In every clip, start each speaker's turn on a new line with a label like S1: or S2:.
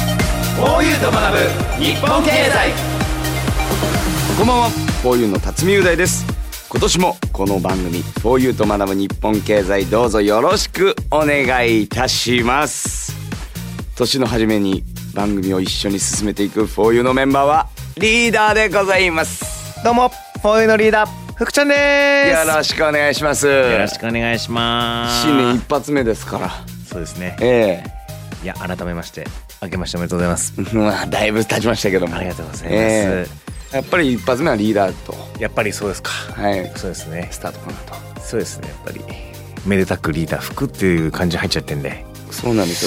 S1: ビューと学ぶ日本経済
S2: こんばんはフォーユーの辰巳雄大です今年もこの番組フォーユーと学ぶ日本経済どうぞよろしくお願いいたします年の初めに番組を一緒に進めていくフォーユーのメンバーはリーダーでございます
S3: どうも、フォーユーのリーダー、福ちゃんで
S2: よ
S3: す。
S2: ろしくお願いします
S3: よろしくお願いします。
S2: 新年一発目ですから
S3: そうですね。
S2: え
S3: いや、改めまして、明けましておめでとうございます。
S2: えまあだいぶ経ちましたけども
S3: ありがとうございます
S2: ええやっぱり一発目はリーダーと
S3: やっぱりそうですか。
S2: はい
S3: そうですね。
S2: スタートかなと
S3: そうですね。やっぱり。めでたくリーダー服っていう感じ入っちゃってんで、
S2: そうなんです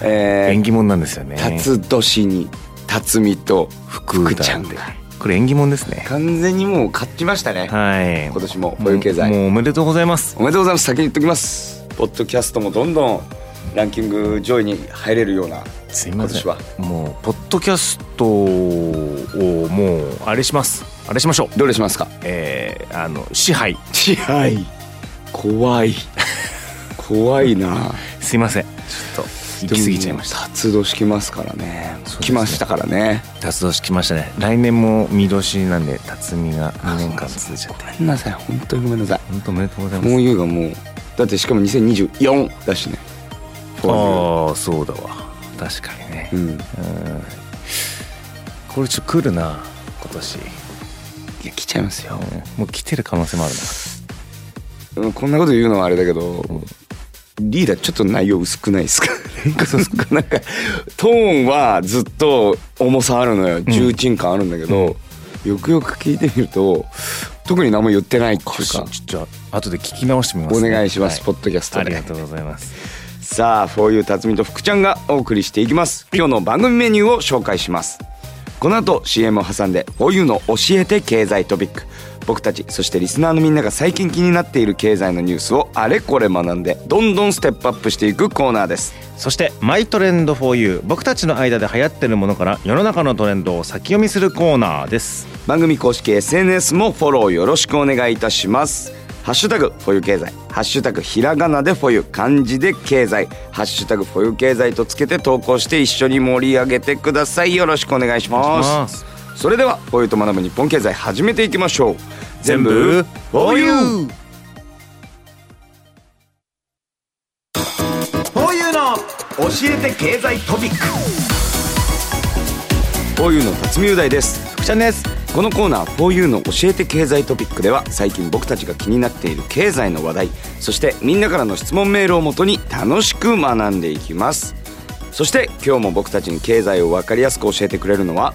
S2: よえ
S3: 縁
S2: え
S3: 起物なんですよね。
S2: 辰年に辰巳と
S3: 福
S2: 福ちゃんで
S3: これ縁起物ですね。
S2: 完全にもう勝ちましたね
S3: はい。
S2: 今年もこういう経済
S3: もうもうおめでとうございます。
S2: おめでとうございます先に言っときますポッドキャストもどんどんランキング上位に入れるような
S3: すいません。
S2: 今
S3: もうポッドキャストをもうあれします。あれしましょう。
S2: どれしますか
S3: えー、あの支配。
S2: 支配怖い怖いな
S3: すいません。ちょっと行き過ぎちゃいました。
S2: た辰年来ますからね
S3: そうですね
S2: 来ましたからね
S3: 達年来ましたね。来年も見通しなんで辰巳が2年間続いちゃって。
S2: ごめんなさい本当にごめんなさ
S3: 本当おめでとうござい
S2: いも
S3: ま
S2: う優がもうだってしかも2024だしね
S3: す。ああそうだわ。確かにね。
S2: うんい
S3: うんこれちょっと来るな今年。
S2: や来ちゃいますよ
S3: うんもう来てる可能性もあるな。
S2: うんこんなこと言うのはあれだけど、リーダーちょっと内容薄くない ですかなんかトーンはずっと重さあるのよ重鎮感あるんだけど、よくよく聞いてみると特に何も言ってないっていう
S3: ちょ
S2: か
S3: っと後で聞き直してみます、ね。
S2: お願いします
S3: は
S2: ポッドキャストで
S3: ありがとうございます。
S2: さあ「フォーユー辰巳と福ちゃん」がお送りしていきます今日の番組メニューを紹介しますこの後 CM を挟んで「フォーユーの教えて経済トピック」僕たちそしてリスナーのみんなが最近気になっている経済のニュースをあれこれ学んでどんどんステップアップしていくコーナーです
S3: そしてマイトレンド 4U 僕たちの間で流行ってるものから世の中のトレンドを先読みするコーナーです。
S2: 番組公式 SNS もフォローよろしくお願いいたしますハッシュタグフォユ経済ハッシュタグひらがなでフォユ漢字で経済ハッシュタグフォユ経済とつけて投稿して一緒に盛り上げてくださいよろしくお願いし
S3: お願
S2: ま
S3: い
S2: す
S3: します
S2: それではフォユと学ぶ日本経済始めていきましょう全部
S3: 部
S2: フォユーフォユの教えて経済トピックフォユの辰巳雄大です
S3: 福ちゃんです。
S2: このコーナー「4U の教えて経済トピック」では最近僕たちが気になっている経済の話題そしてみんなからの質問メールをもとに楽しく学んでいきますそして今日も僕たちに経済を分かりやすく教えてくれるのは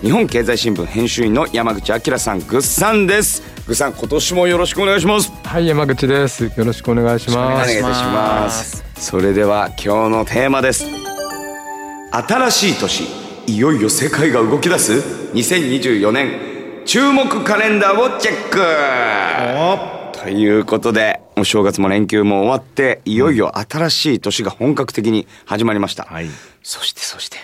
S2: 日本経済新聞編集員の山口明さんぐっさんですぐっさん今年もよろしくお願いします
S4: はい山口ですよろしくお願いし
S2: お
S4: ま
S2: 願い
S4: す
S2: いたしますそれでは今日のテーマです新しい年いよいよ世界が動き出す2024年注目カレンダーをチェックということでお正月も連休も終わっていよいよ新しい年が本格的に始まりました、
S3: はい
S2: そしてそして、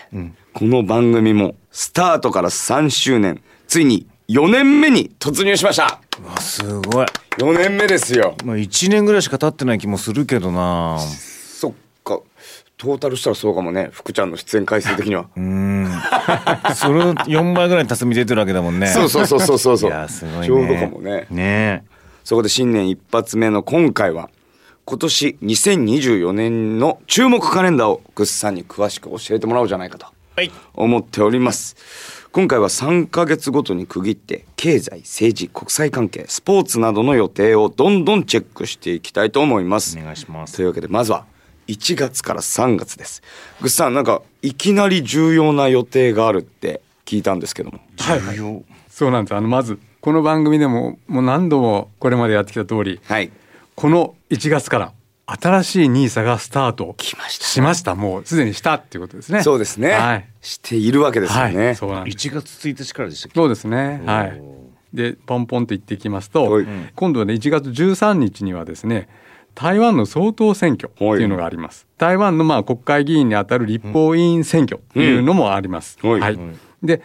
S2: この番組もスタートから3周年ついに4年目に突入しました
S3: すごい。
S2: 4年目ですよ
S3: まあ一年ぐらいしか経ってない気もするけどな。
S2: そっかトータルしたらそうかもね福ちゃんの出演回数的に は
S3: それを四倍ぐらい辰巳出てるわけだもんね。
S2: そうそうそうそうそうそう
S3: いやすごいね。
S2: ちょうどかもね
S3: ね
S2: そこで新年一発目の今回は今年2024年の注目カレンダーをぐっさんに詳しく教えてもらおうじゃないかと
S3: はい
S2: 思っております今回は3ヶ月ごとに区切って経済政治国際関係スポーツなどの予定をどんどんチェックしていきたいと思います
S3: お願いします
S2: というわけでまずは1月から3月ですぐっさんなんかいきなり重要な予定があるって聞いたんですけども
S3: 重要
S4: そうなんですあのまずこの番組でももう何度もこれまでやってきた通り
S2: はい
S4: この1月から新しいニーサがスタート
S2: 来ました
S4: しましたもうすでにしたっていうことですね
S2: そうですね、
S4: はい
S2: しているわけですよね、
S4: はいそうなんです
S3: 一月一日からでしたっけ。
S4: そうですね
S3: お
S4: はい
S3: ー
S4: でポンポンと言っていきますと、
S2: はい
S4: 今度はね1月13日にはですね台湾の総統選挙っていうのがあります、台湾のまあ国会議員にあたる立法委員選挙っていうのもあります、
S2: うんはい
S4: で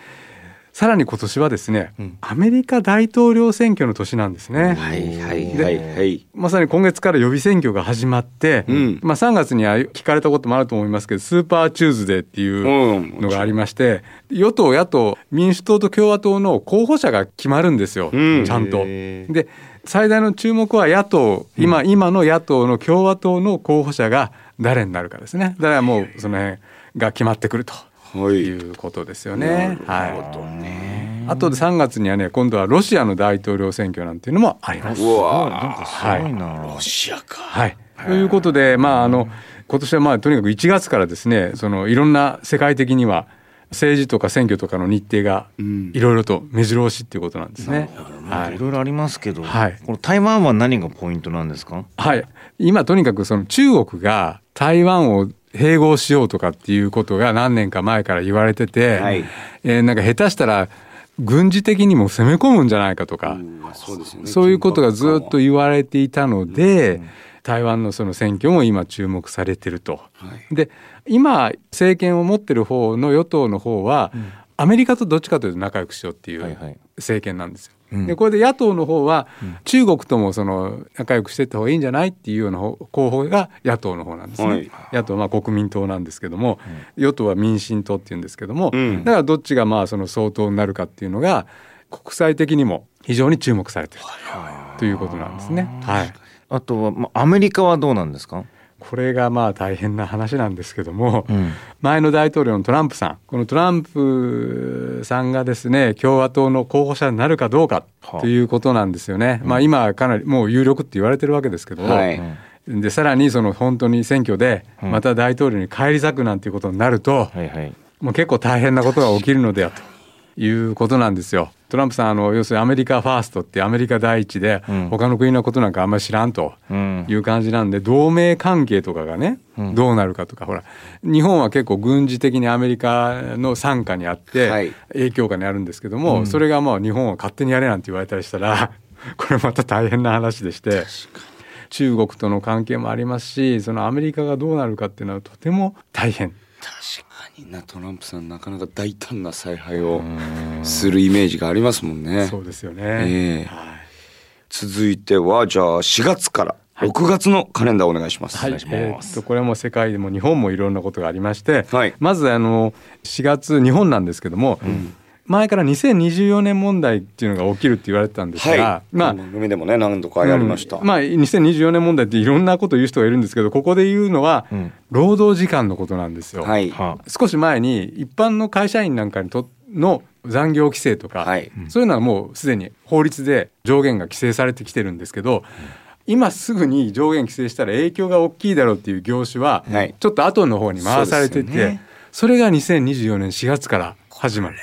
S4: さらに今年はですね、
S3: うん
S4: アメリカ大統領選挙の年なんですね。
S2: はいはいはいはい。
S4: まさに今月から予備選挙が始まって、
S2: うん
S4: まあ、3月には聞かれたこともあると思いますけどスーパーチューズデーっていうのがありまして与党野党民主党と共和党の候補者が決まるんですよ、
S2: うん
S4: ちゃんと。
S3: へー
S4: で最大の注目は野党今,、今の野党の共和党の候補者が誰になるかですねだからもうその辺が決まってくると
S2: はい
S4: いうことですよね。
S2: なる
S4: はい
S2: ほどね。
S4: あとで3月にはね今度はロシアの大統領選挙なんていうのもあります。
S2: う
S3: なん
S2: わ
S3: か
S2: あ。
S3: すごいな、
S2: ロシアか。
S4: はい、ということで、まあ、あの今年はまあとにかく1月からですねそのいろんな世界的には政治とか選挙とかの日程が
S2: ん
S4: いろいろと目白押しっていうことなんですね。
S3: なん
S4: は
S3: かい
S4: い
S3: ろいろありますけど、
S4: はい
S3: この台湾は何がポイントなんですか
S4: はい、今とにかくその中国が台湾を併合しようとかっていうことが何年か前から言われてて、
S2: はい
S4: えーなんか下手したら軍事的にも攻め込むんじゃないかとか、
S2: うんそうですよね
S4: そういうことがずっと言われていたので、台湾のその選挙も今注目されてると。で今政権を持ってる方の与党の方は、アメリカとどっちかというと仲良くしようってい
S3: はいはいう
S4: 政権なんです
S3: う
S4: よ。
S3: ん
S4: でこれで野党の方は、中国ともその仲良くしていった方がいいんじゃないっていうような方候補が野党の方なんですね。
S2: はい
S4: 野党はまあ国民党なんですけども、与党は民進党っていうんですけども、
S2: うん
S4: だからどっちがまあその総統になるかっていうのが国際的にも非常に注目されてるということなんですね。はい、
S3: あとは、まあ、アメリカはどうなんですか、
S4: これがまあ大変な話なんですけども、
S3: うん
S4: 前の大統領のトランプさんこのトランプさんがですね共和党の候補者になるかどうか
S3: はあ
S4: ということなんですよね。まあ、今かなりもう有力って言われてるわけですけども、
S2: はい
S4: でさらにその本当に選挙で
S3: うん
S4: また大統領に返り咲くなんていうことになると、
S3: はいはい
S4: もう結構大変なことが起きるのではということなんですよ。トランプさんあの要するにアメリカファーストってアメリカ第一で、
S3: うん
S4: 他の国のことなんかあんまり知らんと
S3: うん
S4: いう感じなんで、同盟関係とかがね、
S3: うん
S4: どうなるかとかほら日本は結構軍事的にアメリカの傘下にあって、
S2: はい
S4: 影響下にあるんですけども、それがもう日本は勝手にやれなんて言われたりしたら これまた大変な話でして。中国との関係もありますしそのアメリカがどうなるかっていうのはとても大変
S2: 確かになトランプさんなかなか大胆な采配をするイメージがありますもんね。
S4: そうですよね。
S2: ええ
S4: はい
S2: 続いてはじゃあ4月から6月のカレンダーお願いします。
S4: はい、え
S2: お願いしま
S4: ーっ
S2: す
S4: とこれはもう世界でも日本もいろんなことがありまして、
S2: はい
S4: まずあの4月日本なんですけども、前から2024年問題っていうのが起きるって言われてたんですが、
S2: はい。
S4: まあ
S2: この番組でもね何度かやりました。
S4: うんまあ、2024年問題っていろんなこと言う人がいるんですけどここで言うのは、
S3: うん
S4: 労働時間のことなんですよ、
S2: はい。
S3: は
S4: 少し前に一般の会社員なんかにとの残業規制とか、
S2: はい
S4: そういうのはもうすでに法律で上限が規制されてきてるんですけど、今すぐに上限規制したら影響が大きいだろうっていう業種は、
S2: はい
S4: ちょっと後の方に回されてて
S2: そうで
S4: そ,、
S2: すよね
S4: れが2024年4月から始まる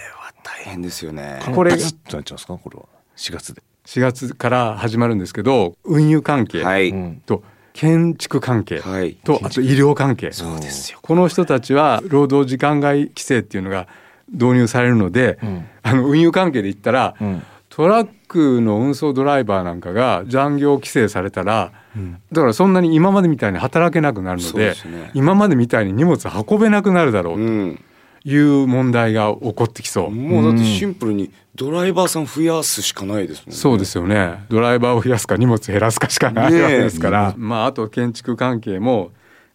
S2: 大変ですよね。
S3: い
S4: これ
S3: ずっとなっちゃうんですかこれは4月で、
S4: 4月から始まるんですけど運輸関係
S2: はい。
S3: ん、
S4: と建築関係
S2: はい
S4: とあと医療関係、
S2: そうですよ。
S4: この人たちは労働時間外規制っていうのが導入されるので、
S3: ん
S4: あの運輸関係で言ったら、
S3: うん
S4: トラックの運送ドライバーなんかが残業規制されたら、だからそんなに今までみたいに働けなくなるの
S2: そうで
S4: です
S2: ね
S4: 今までみたいに荷物運べなくなるだろう
S2: うん。
S4: という問題が起こってきそう。
S2: もうだってシンプルにドライバーさん増やすしかないですもんね。
S4: そうですよねドライバーを増やすか荷物減らすかしかないわけですから、まあ、あと建築関係も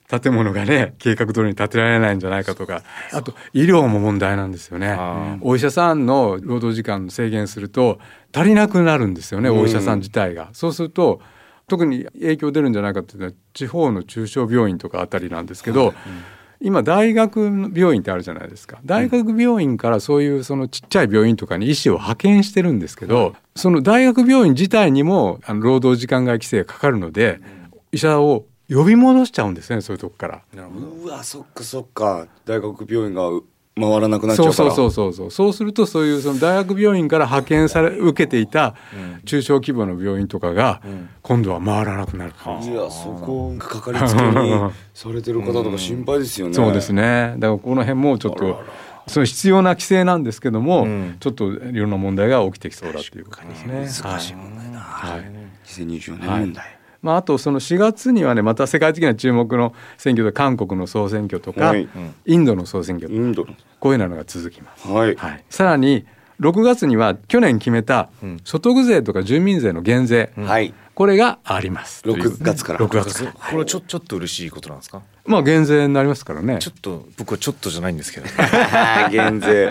S4: 建物がね計画通りに建てられないんじゃないかとかあと医療も問題なんですよね
S3: あ
S4: お医者さんの労働時間制限すると足りなくなるんですよねお医者さん自体が。そうすると特に影響出るんじゃないかっていうのは地方の中小病院とかあたりなんですけど、今大学の病院ってあるじゃないですか大学病院からそういうそのちっちゃい病院とかに医師を派遣してるんですけどその大学病院自体にもあの労働時間外規制がかかるので医者を呼び戻しちゃうんですねそういうとこから。
S2: うわそっかそっか大学病院が回らなくなっちゃう
S4: そ
S2: から
S4: うそうそうそうそうそうするとそういうその大学病院から派遣され受けていた中小規模の病院とかが今度は回らなくなる、
S2: いやそこがかかりつけにされてる方とか心配ですよね。
S4: そうですねだからこの辺もちょっとその必要な規制なんですけども、
S3: ん
S4: ちょっといろんな問題が起きてきそうだということですね。
S2: 難しい問題だ。
S4: はいはい
S2: 2024年問題。
S4: まあ、あとその4月にはねまた世界的な注目の選挙で韓国の総選挙とか、
S2: はい
S4: インドの総選挙
S2: インド
S4: こういうのが続きます。
S2: の。はい。
S4: はい、さらに6月には去年決めた
S3: ん
S4: 所得税とか住民税の減税、
S2: はい
S4: これがありますという
S2: 6月から
S4: 6月から
S3: これちょちょっと嬉しいことなんですか
S4: まあ減税になりますからね
S3: ちょっと僕はちょっとじゃないんですけど
S2: あー減税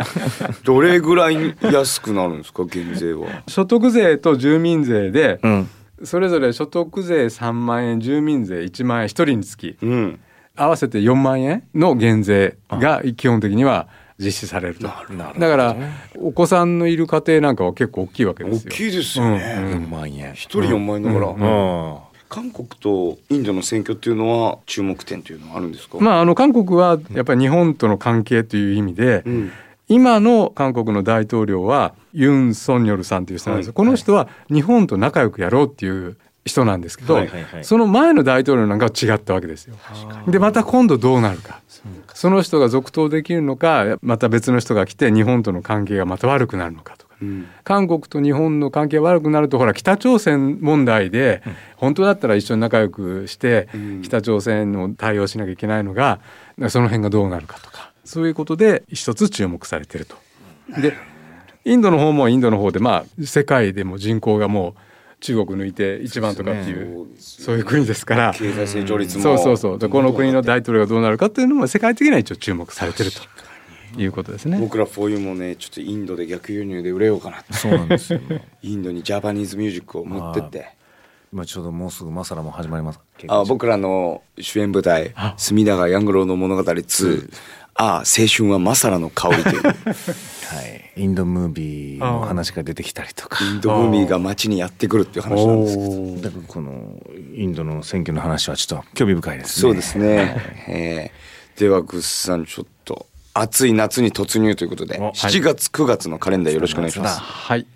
S2: どれぐらい安くなるんですか減税は
S4: 所得税と住民税で、
S3: うん
S4: それぞれ所得税3万円住民税1万円1人につき
S2: うん
S4: 合わせて4万円の減税が基本的には実施されると
S3: なるほどね
S4: だからお子さんのいる家庭なんかは結構大きいわけで
S2: 大
S4: すよ
S2: きいですよ
S4: う
S2: ね
S4: ん
S3: 4万円
S2: 一、人4万円だから、
S4: うん
S3: うん
S2: 韓国とインドの選挙っていうのは注目点というのはあるんですか、
S4: まあ、あの韓国はやっぱり日本との関係という意味で、
S2: うん
S4: 今の韓国の大統領はユン・ソンニョルさんという人なんですよ、
S2: はい
S4: この人は日本と仲良くやろうっていう人なんですけど、
S3: はいはいはい
S4: その前の大統領なんかは違ったわけですよ。でまた今度どうなるかその人が続投できるのかまた別の人が来て日本との関係がまた悪くなるのかとか。
S2: うん
S4: 韓国と日本の関係が悪くなるとほら北朝鮮問題で本当だったら一緒に仲良くして
S2: うん
S4: 北朝鮮の対応しなきゃいけないのがその辺がどうなるかとかそういうことで一つ注目されてると。でインドの方もインドの方でまあ世界でも人口がもう中国抜いて一番とかっていう
S2: そうですね
S4: そういう国ですから。
S2: 経済成長率も
S4: そうそうそうでこの国の大統領がどうなるかっていうのも世界的には一応注目されてるということですね。
S2: 僕らフォーユーもねちょっとインドで逆輸入で売れようかなって
S3: そうなんですよね
S2: インドにジャパニーズミュージックを持ってって
S3: 今ちょうどもうすぐマサラも始まります
S2: あ僕らの主演舞台「隅田川ヤングローの物語2」ああ青春はマサラの香りという
S3: はいインドムービーの話が出てきたりとか
S2: インドムーミーが街にやってくるっていう話なんですけど
S3: だからこのインドの選挙の話はちょっと興味深いですね
S2: そうですね、えーではグッズさんちょっと暑い夏に突入ということで
S3: お
S2: 7月9月のカレンダーよろしくお願いします。
S4: はい。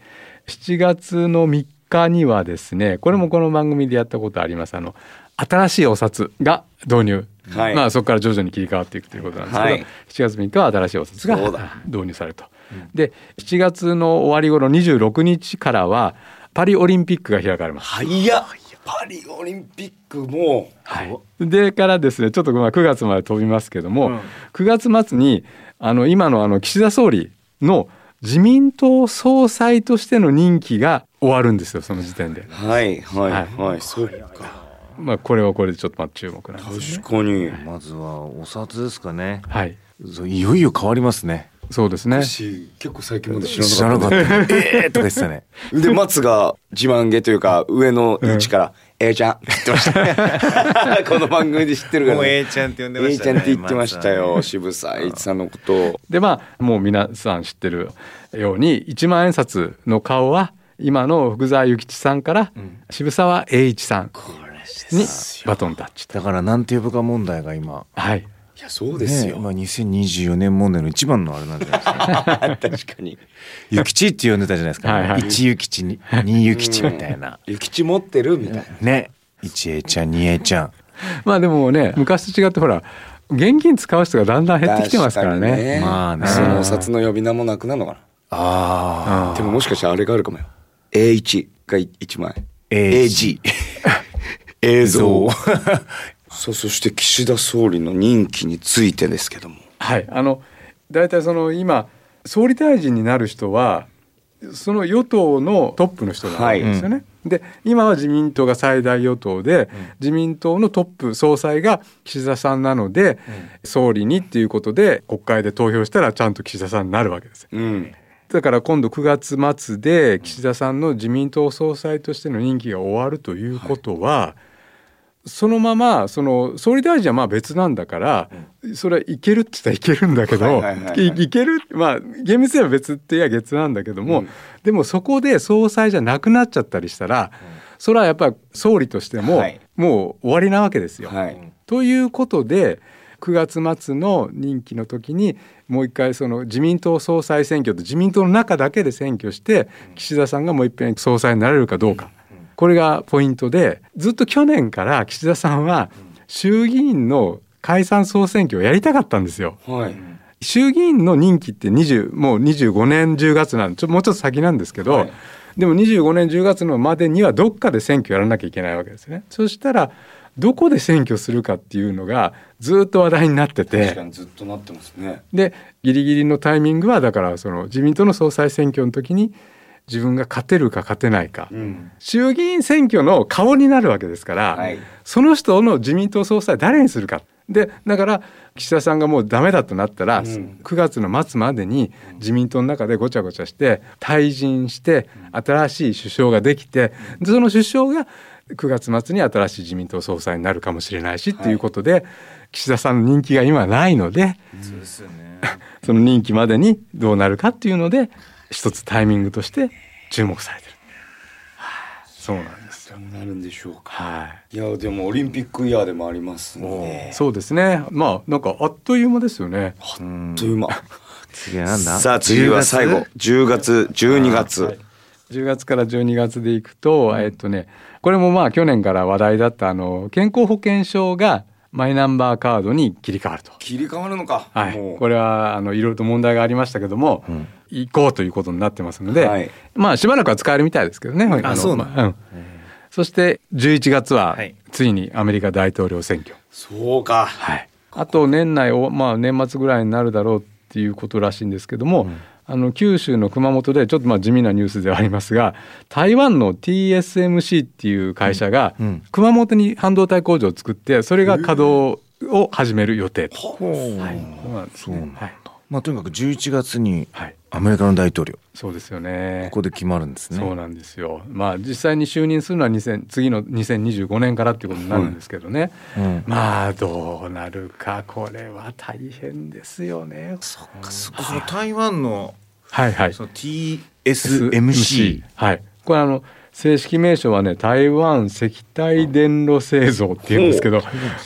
S4: 7月の3日にはですね、これもこの番組でやったことあります。あの新しいお札が導入。
S2: はい
S4: まあそこから徐々に切り替わっていくということなんですけど、
S2: はい
S4: 7月3日は新しいお札が
S2: そうだ
S4: 導入されると。で、7月の終わり頃26日からはパリオリンピックが開かれます。
S2: はいやパリオリンピックも
S4: でからですねちょっとまあ9月まで飛びますけども、9月末にあの今のあの岸田総理の自民党総裁としての任期が終わるんですよその時点で、
S2: はいはいは
S4: はいい、
S2: そうか
S4: まあ、これはこれでちょっとまあ注目なんですね。
S2: 確かに
S3: まずはお札ですかね
S4: はい
S3: そういよいよ変わりますね
S4: そうですね
S2: 私結構最近まで知
S3: 知らなかったええとか言って たね
S2: で松が自慢げというか上の位置から「ええちゃん」って言ってましたこの番組で知ってるから、ね、
S3: ちゃんって呼ん
S2: ええちゃんって言ってましたよ渋沢栄一さんのことを
S4: でまあもう皆さん知ってるように一万円札の顔は今の福沢諭吉さんから渋沢栄一さんにバトンタッチと。
S3: だからなんて呼ぶか問題が今
S4: はい
S2: いやそうです
S3: ね
S2: よ、
S3: まあ2024年問題の一番のあれなんじゃないで すか
S2: 確かに
S3: 諭吉って呼んでたじゃないです
S4: はい
S3: か
S4: はい
S3: 一諭吉に二諭吉みた いな
S2: 諭吉持ってるみたいな
S3: ね一栄ちゃん二栄ちゃん
S4: まあでもね昔と違ってほら現金使う人がだんだん減ってきてますからね
S2: 確に
S3: まあね
S2: そのお札の呼び名もなくなるのか
S3: ああ
S2: なでももしかしたらあれがあるかもよ A1 が1枚
S3: AG
S2: 映
S3: 像
S2: そうそして岸田総理の任期についてですけども
S4: はいあの大体その今総理大臣になる人はその与党のトップの人なんですよね。で今は自民党が最大与党で、自民党のトップ総裁が岸田さんなので、総理にっていうことで国会で投票したらちゃんと岸田さんになるわけです。
S2: うん
S4: だから今度9月末で岸田さんの自民党総裁としての任期が終わるということは、そのままその総理大臣はまあ別なんだから、それはいけるって言ったらいけるんだけど、
S2: はいいはいはいはい
S4: いけるまあ厳密には別って言えば別なんだけども、でもそこで総裁じゃなくなっちゃったりしたら、それはやっぱり総理としても、
S2: はい
S4: もう終わりなわけですよ。
S2: はい
S4: ということで9月末の任期の時にもう一回その自民党総裁選挙と自民党の中だけで選挙して岸田さんがもう一遍総裁になれるかどうかこれがポイントでずっと去年から岸田さんは衆議院の解散総選挙をやりたかったんですよ。
S2: はい
S4: 衆議院の任期って20もう25年10月なんちょもうちょっと先なんですけど、
S2: はい
S4: でも25年10月のまでにはどっかで選挙やらなきゃいけないわけですね。そしたらどこで選挙するかっていうのがずっと話題になって
S2: 確か
S4: て
S2: にずっとなってますね。
S4: でギリギリのタイミングはだからその自民党の総裁選挙の時に自分が勝てるか勝てないか、
S2: うん。
S4: 衆議院選挙の顔になるわけですから、
S2: はい
S4: その人の自民党総裁誰にするかでだから岸田さんがもうダメだとなったら、
S2: ん
S4: 9月の末までに自民党の中でごちゃごちゃして退陣して新しい首相ができてでその首相が9月末に新しい自民党総裁になるかもしれないし、っていうことで岸田さんの人気が今ないので
S3: そうですよね。
S4: その任期までにどうなるかっていうので一つタイミングとして注目されてる。はいそうなんです。
S2: そうなるんでしょうか。
S4: はい
S2: いやでもオリンピックイヤーでもありますね。
S4: そうですね。まあなんかあっという間ですよね。
S2: あっという間。
S3: 次はなんだ。
S2: さあ次は最後。10月12月。
S4: 10月から12月でいくと、えっとね、これもまあ去年から話題だったあの健康保険証がマイナンバーカードに切り替わると。
S2: 切り替わるのか。
S4: はい
S2: も、う
S4: これはあのいろいろと問題がありましたけども、行こうということになってますので、
S2: はい
S4: まあしばらくは使えるみたいですけどね。の
S3: そうなん
S4: まあうんそして11月は
S3: はい
S4: ついにアメリカ大統領選挙。
S2: そうか。
S4: はい、あと年内を、まあ、年末ぐらいになるだろうっていうことらしいんですけども、あの九州の熊本でちょっとまあ地味なニュースではありますが台湾の TSMC っていう会社が
S3: うんうん
S4: 熊本に半導体工場を作ってそれが稼働を始める予定と。
S3: ほう
S4: そうなんです
S3: そう
S4: ね
S3: なんだ
S4: はい。
S3: まあとにかく11月に
S4: はい
S3: アメリカの大統領
S4: そうですよね
S3: ここで決まるんですね。
S4: そうなんですよ。まあ実際に就任するのは2000次の2025年からっていうことになるんですけどね。
S3: うん
S4: まあどうなるかこれは大変ですよね。
S3: そっかそっか。その台湾の
S4: はいはい。
S3: その TSMC。
S4: はい。これあの正式名称はね台湾石体電路製造っていうんですけど、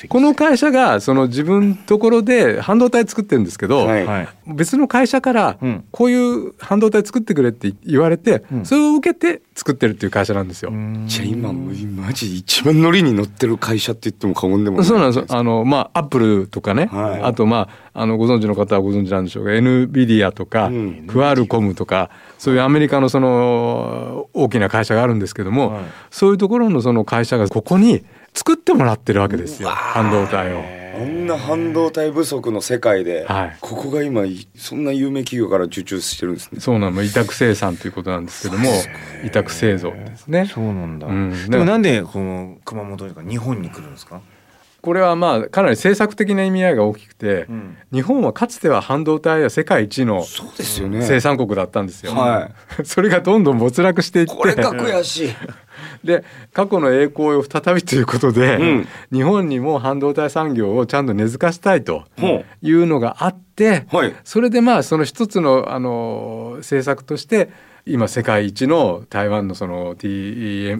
S4: この会社がその自分のところで半導体作ってるんですけど、
S2: はい
S3: はい。
S4: 別の会社から
S3: うん
S4: こういう半導体作ってくれって言われて、
S3: うん
S4: それを受けて作ってるっていう会社なんですよ。
S2: じゃあ今マジ一番乗りに乗ってる会社って言っても過言でもない。
S4: そうなんですよ。あの、まあ、アップルとかね、
S2: はい
S4: あと、まあ、あの、ご存知の方はご存知なんでしょうが、NVIDIA とか、
S2: うん
S4: クアルコムとか、そういうアメリカのその、大きな会社があるんですけども、
S3: はい
S4: そういうところのその会社がここに作ってもらってるわけですよ、半導体を。
S2: あんな半導体不足の世界で、
S4: はい
S2: ここが今いそんな有名企業から受注してるんですね。
S4: そうなの、委託生産ということなんですけども、委託製造ですね。
S3: そうなんだ。
S4: うん
S3: でもなんでこの熊本とか日本に来るんですか。
S4: これはまあ、かなり政策的な意味合いが大きくて、
S3: ん
S4: 日本はかつては半導体は世界一の
S2: そうですよね
S4: 生産国だったんですよ。
S2: は
S4: それがどんどん没落していって
S2: これが悔しい。
S4: で過去の栄光を再びということで、
S2: うん
S4: 日本にも半導体産業をちゃんと根付かしたいと
S2: ほ
S4: いうのがあって、
S2: うはい
S4: それでまあその一つのあの政策として今世界一の台湾のその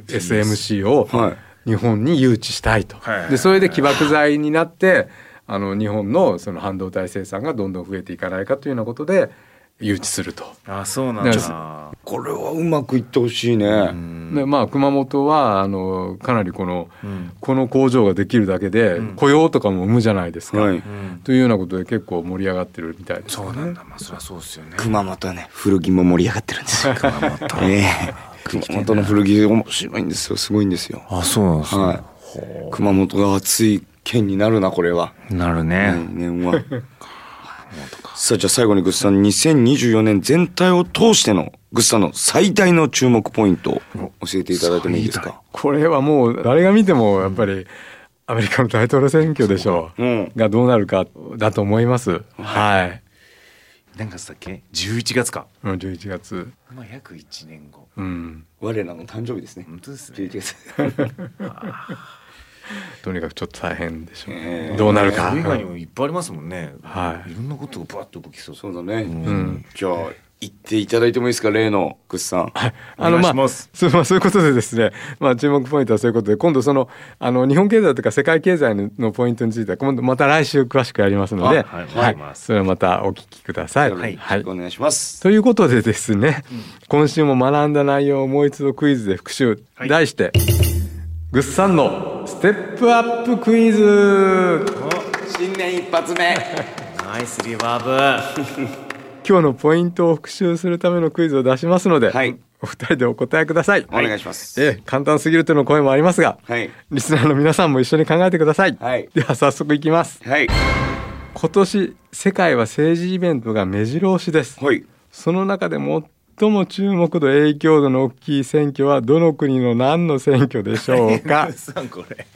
S4: TSMC を
S2: はい
S4: 日本に誘致したいと、
S3: はい
S4: でそれで起爆剤になってあの日本のその半導体生産がどんどん増えていかないかというようなことで誘致すると。
S3: あ、そうなん
S4: だ
S3: だ。
S2: これはうまくいってほしいね。
S4: でまあ、熊本はあのかなりこの、
S3: ん
S4: この工場ができるだけで、
S3: ん
S4: 雇用とかも生むじゃないですか、
S2: はい。
S4: というようなことで結構盛り上がってるみたいです、
S3: そうなんだ。まあそりゃそうですよね。
S2: 熊本はね古着も盛り上がってるん ですよ。
S3: 熊本。
S2: ええ熊本の古着面白いんですよすごいんですよ。
S3: あ、そうなんですね。
S2: はい。熊本が熱い県になるなこれは。
S3: なるね。
S2: 来年は。さあじゃあ最後にグッズさん2024年全体を通してのグッズさんの最大の注目ポイントを教えていただいてもいいですか。
S4: これはもう誰が見てもやっぱりアメリカの大統領選挙でしょう、
S2: うん
S4: がどうなるかだと思います、はい、
S3: 何月だっけ？11月か。
S4: うん11月、
S3: まあ約1年後。
S4: うん、
S2: 我らの誕生日ですね。
S3: 本当ですね。
S2: 11月。
S4: とにかくちょっと大変でしょう、
S2: ええ
S4: どうなるか、
S3: それ以外にもいっぱいありますもんね。
S4: はい
S3: いろんなことがバッと動きそう。
S2: そうだね。
S4: ん
S2: じゃあ行っていただいてもいいですか例のグッズさん。はい。
S4: あの
S3: お願い
S4: ま
S3: しま
S4: あ、
S3: す
S4: そうまあそういうことでですね、まあ、注目ポイントはそういうことで今度そのあの日本経済とか世界経済ののポイントについては今度また来週詳しくやりますので、
S2: あ
S3: はいわかります
S4: それはまたお聞きください。
S2: はい。
S4: はい
S2: お願いします。
S4: ということでですね、今週も学んだ内容をもう一度クイズで復習、
S3: はい
S4: 題してぐっさんのステップアップクイズ
S2: 新年一発目。
S3: ナイスリバーブ。
S4: 今日のポイントを復習するためのクイズを出しますので、
S2: はい
S4: お二人でお答えください。お
S2: お願いします
S4: ええ簡単すぎるというの声もありますが、
S2: はい
S4: リスナーの皆さんも一緒に考えてください。
S2: はい
S4: では早速いきます。
S2: はい
S4: 今年世界は政治イベントが目白押しです。
S2: はい
S4: その中で最も注目度影響度の大きい選挙はどの国の何の選挙でしょう か
S3: さんこれ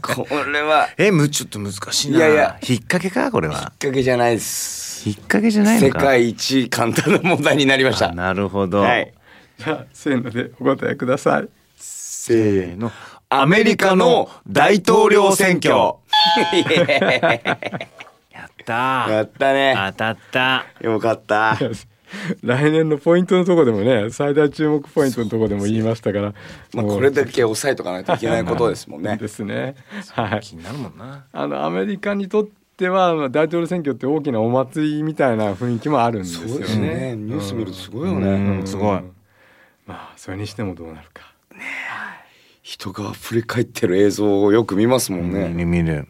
S2: これは
S3: えむちょっと難しいない
S2: やいや
S3: 引っ掛けかこれは
S2: きっかけじゃないです
S3: 引っ掛けじゃないの
S2: 世
S3: か
S2: 界一簡単な問題になりました
S3: あなるほど、
S2: はい
S4: じゃあせーのでお答えください
S2: せー
S3: の
S2: アメリカの大統領選 挙
S3: やった
S2: やったね
S3: 当たった
S2: よかった
S4: 来年のポイントのとこでもね最大注目ポイントのとこでも言いましたから
S2: まあ
S4: もう
S2: これだけ抑えとかないといけないことですもんね
S4: ですねはい
S3: 気になるもんな
S4: あのアメリカにとってはまあ大統領選挙って大きなお祭りみたいな雰囲気もあるんですよね
S2: そうですねニュース見るとすごいよ
S3: う
S2: ね、
S3: んすごい
S4: まあそれにしてもどうなるか
S2: 人が溢れ返ってる映像をよく見ますもんね、
S3: 見る見る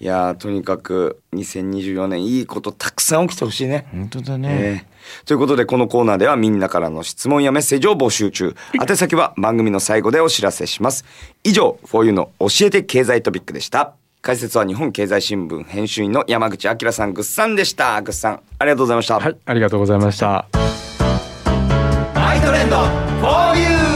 S2: いやーとにかく2024年いいことたくさん起きてほしいね
S3: 本当だね、
S2: ええということでこのコーナーではみんなからの質問やメッセージを募集中宛先は番組の最後でお知らせします以上「4U の教えて経済トピック」でした解説は日本経済新聞編集員の山口明さんぐっさんでしたぐっさんありがとうございました、
S4: はいありがとうございました
S2: マイトレンド 4U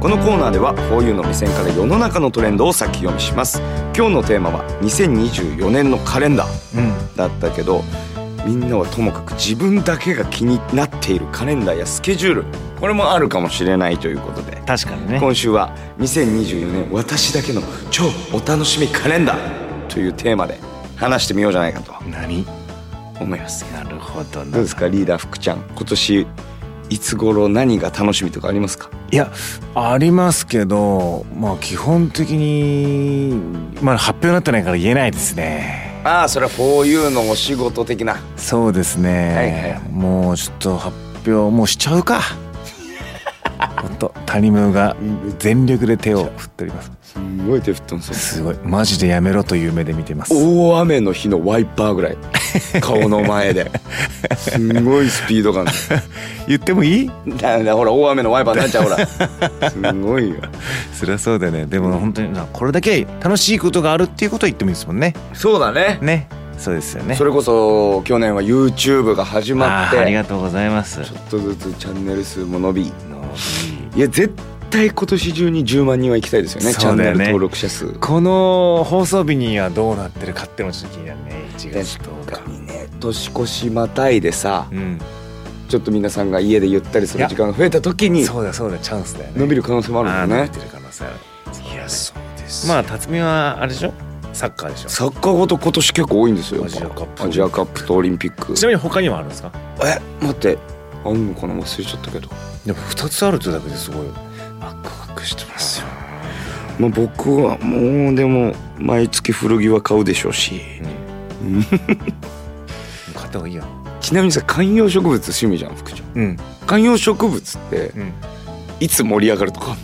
S2: このコーナーでは 4U の目線から世の中のトレンドを先読みします今日のテーマは2024年のカレンダー
S3: うん
S2: だったけどみんなはともかく自分だけが気になっているカレンダーやスケジュールこれもあるかもしれないということで
S3: 確かにね
S2: 今週は2024年私だけの超お楽しみカレンダーというテーマで話してみようじゃないかと
S3: 何
S2: 思います
S3: なるほど
S2: どう
S3: な
S2: ですかリーダー福ちゃん今年いつ頃何が楽しみとかありますか
S3: いやありますけどまあ基本的にまだ発表になってないから言えないですね
S2: ああそれは 4U のお仕事的な
S3: そうですね、
S2: はいは
S3: もうちょっと発表もうしちゃ うかほんと谷村が全力で手を振っております
S2: すごい手振ってます
S3: すごいマジでやめろという目で見てます
S2: 大雨の日のワイパー ぐらい顔の前ですんごいスピード感で
S3: 言ってもいい
S2: だだほら大雨のワイパーになっちゃうほら すごいよ
S3: そりゃそうだよねでも本当になこれだけ楽しいことがあるっていうことは言ってもいいですもんね
S2: そうだね
S3: ねそうですよね
S2: それこそ去年は YouTube が始まっ
S3: あーあり
S2: て
S3: がとうございます
S2: ちょっとずつチャンネル数も伸びい
S3: の
S2: や絶対今年中に10万人は行きたいですよねチ
S3: そ
S2: ャ
S3: う
S2: ン
S3: だ
S2: ネ
S3: よね
S2: ル登録者数
S3: この放送日にはどうなってるかってのもちょっと気になるね1
S2: で
S3: 月10日
S2: にね年越しまたいでさ
S3: うん
S2: ちょっと皆さんが家でゆったりする時間が増えた時に
S3: そうだそうだチャンスだよね
S2: 伸びる可能性もあるんだ
S3: あー
S2: よ
S3: 伸
S2: ね
S3: びてる可能性ある
S2: いやそうです
S3: まあ辰巳はあれでしょサッカーでしょ
S2: サッカーごと今年結構多いんですよ
S3: アジアカップ
S2: アジアカップとオリンピック
S3: ちなみに他にもあるんですか
S2: え待ってあんのかな忘れちゃったけど
S3: でも2つあるってだけですごいよ
S2: ワクワクしてますよ、まあ、僕はもうでも毎月古着は買うでしょうし
S3: うん買った方がいいよ
S2: ちなみにさ観葉植物趣味じゃん福ちゃん
S3: うん
S2: 観葉植物って
S3: うん
S2: いつ盛り上がるとか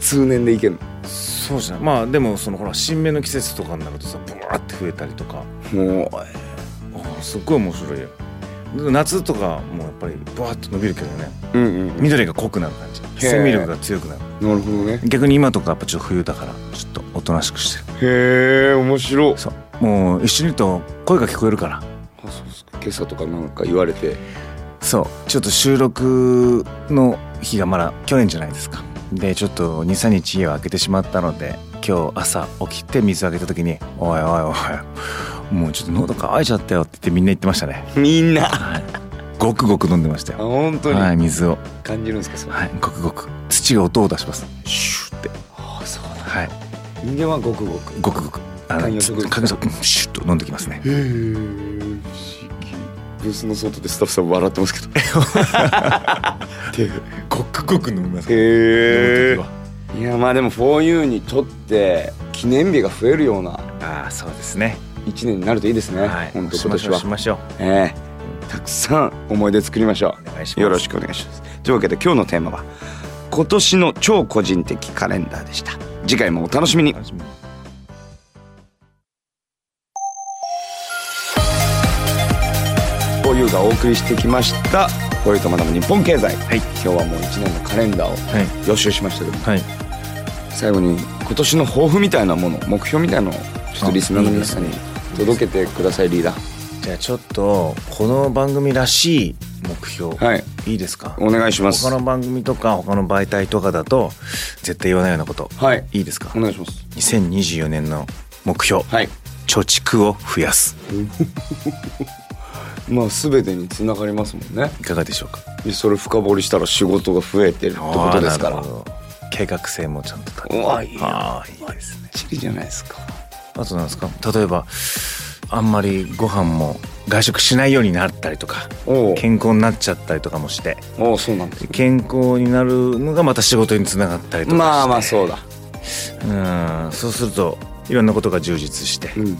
S2: 通年でいける
S3: そうじゃないまあでもそのほら新芽の季節とかになるとさブワーって増えたりとか
S2: のも
S3: ああすっごい面白いよ夏とかもやっぱりブワーって伸びるけどね
S2: ううんうんなる
S3: 緑が濃くなる感じ
S2: へえ
S3: 生命力が強くなる
S2: ほどね
S3: 逆に今とかやっぱちょっと冬だからちょっとおとなしくしてる
S2: へえ面白い
S3: そうもう一緒にいると声が聞こえるから
S2: あそうっすか今朝とかなんか言われて
S3: そうちょっと収録の日がまだ去年じゃないですかでちょっと23日家を空けてしまったので今日朝起きて水をあげた時に「おいおいおいもうちょっと喉乾いちゃったよ」って言ってみんな言ってましたね
S2: みんなあ
S3: ごくごく飲んでましたよ
S2: 本当
S3: は
S2: に
S3: い水を
S2: 感じるんですかそれ
S3: はいごくごく土が音を出しますシューって
S2: あそうだ
S3: はい
S2: 人間はごくごく
S3: ごくごくあ
S2: 観葉
S3: の
S2: 植物
S3: かけそううんシュッと飲んできます
S2: へ
S3: ね
S2: え不思議ブースの外でスタッフさん笑ってますけ どで
S3: ごくごく飲みます
S2: へ
S3: 飲む時はい
S2: やまあでも 4U にとって記念日が増えるような
S3: ああそうですね
S2: 一年になるといいですね、
S3: はい
S2: 本当
S3: し
S2: 今
S3: ま
S2: 年
S3: しょう
S2: は
S3: しましょう
S2: ええたくさん思い出作りましょ
S3: お願いします
S2: うよろしくお願いしますというわけで今日のテーマは今年の超個人的カレンダーでした次回もお楽しみに
S3: 楽しみに
S2: こういうがお送りしてきましたこういうと学ぶ日本経済、今日はもう1年のカレンダーを
S3: はい
S2: 予習しましたけど
S3: はい
S2: 最後に今年の抱負みたいなもの目標みたいなのをちょっとリスナーの皆さんに届けてくださいリーダー
S3: じゃあちょっとこの番組らしい目標、
S2: はい
S3: い、いですか
S2: お願いします
S3: 他の番組とか他の媒体とかだと絶対言わないようなこと、
S2: はい
S3: いいですか
S2: お願いします
S3: 2024年の目標、
S2: はい
S3: 貯蓄を増やす
S2: まあ全てにつながりますもんね
S3: いかがでしょうか
S2: でそれ深掘りしたら仕事が増えてるってことですか
S3: あ
S2: ら
S3: ーなるほど計画性もちゃんと立
S2: うわいい
S3: ああいいですね
S2: チリじゃないですか
S3: あとなんですか例えばあんまりご飯も外食しないようになったりとか
S2: おう
S3: 健康になっちゃったりとかもして
S2: おうそうなんです
S3: 健康になるのがまた仕事につながったりとかして
S2: まあまあそうだ
S3: うんそうするといろんなことが充実して、
S2: うん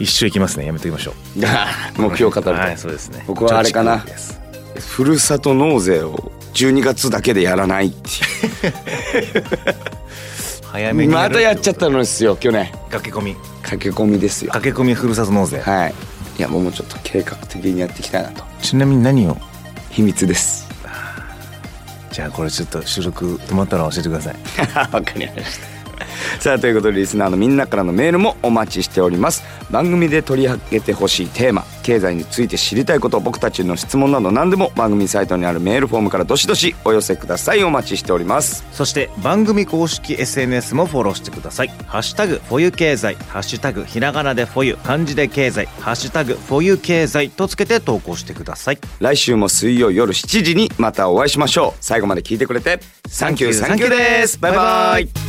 S3: 一周いきますねやめときましょう
S2: 目標語ると、
S3: はいそうですね
S2: 僕はあれかな
S3: 貯蓄です
S2: ふるさと納税を12月だけでやらないって
S3: 早
S2: い
S3: め
S2: う
S3: に
S2: ま
S3: る
S2: たやっちゃったのですよ去年
S3: 駆け込み
S2: 駆け込みですよ
S3: 駆け込みふるさと納税、
S2: はいいやもうちょっと計画的にやっていきたいなと
S3: ちなみに何を
S2: 秘密です
S3: じゃあこれちょっと収録止まったら教えてください
S2: わかりました さあということでリスナーのみんなからのメールもお待ちしております番組で取り上げてほしいテーマ経済について知りたいこと僕たちの質問など何でも番組サイトにあるメールフォームからどしどしお寄せくださいお待ちしております
S3: そして番組公式 SNS もフォローしてください「ハッシュタグフォユ経済」「ハッシュタグひらがなでフォユ」漢字で経済「ハッシュタグフォユ経済」とつけて投稿してください
S2: 来週も水曜夜7時にまたお会いしましょう最後まで聞いてくれてサンキューサンキューですバイバイ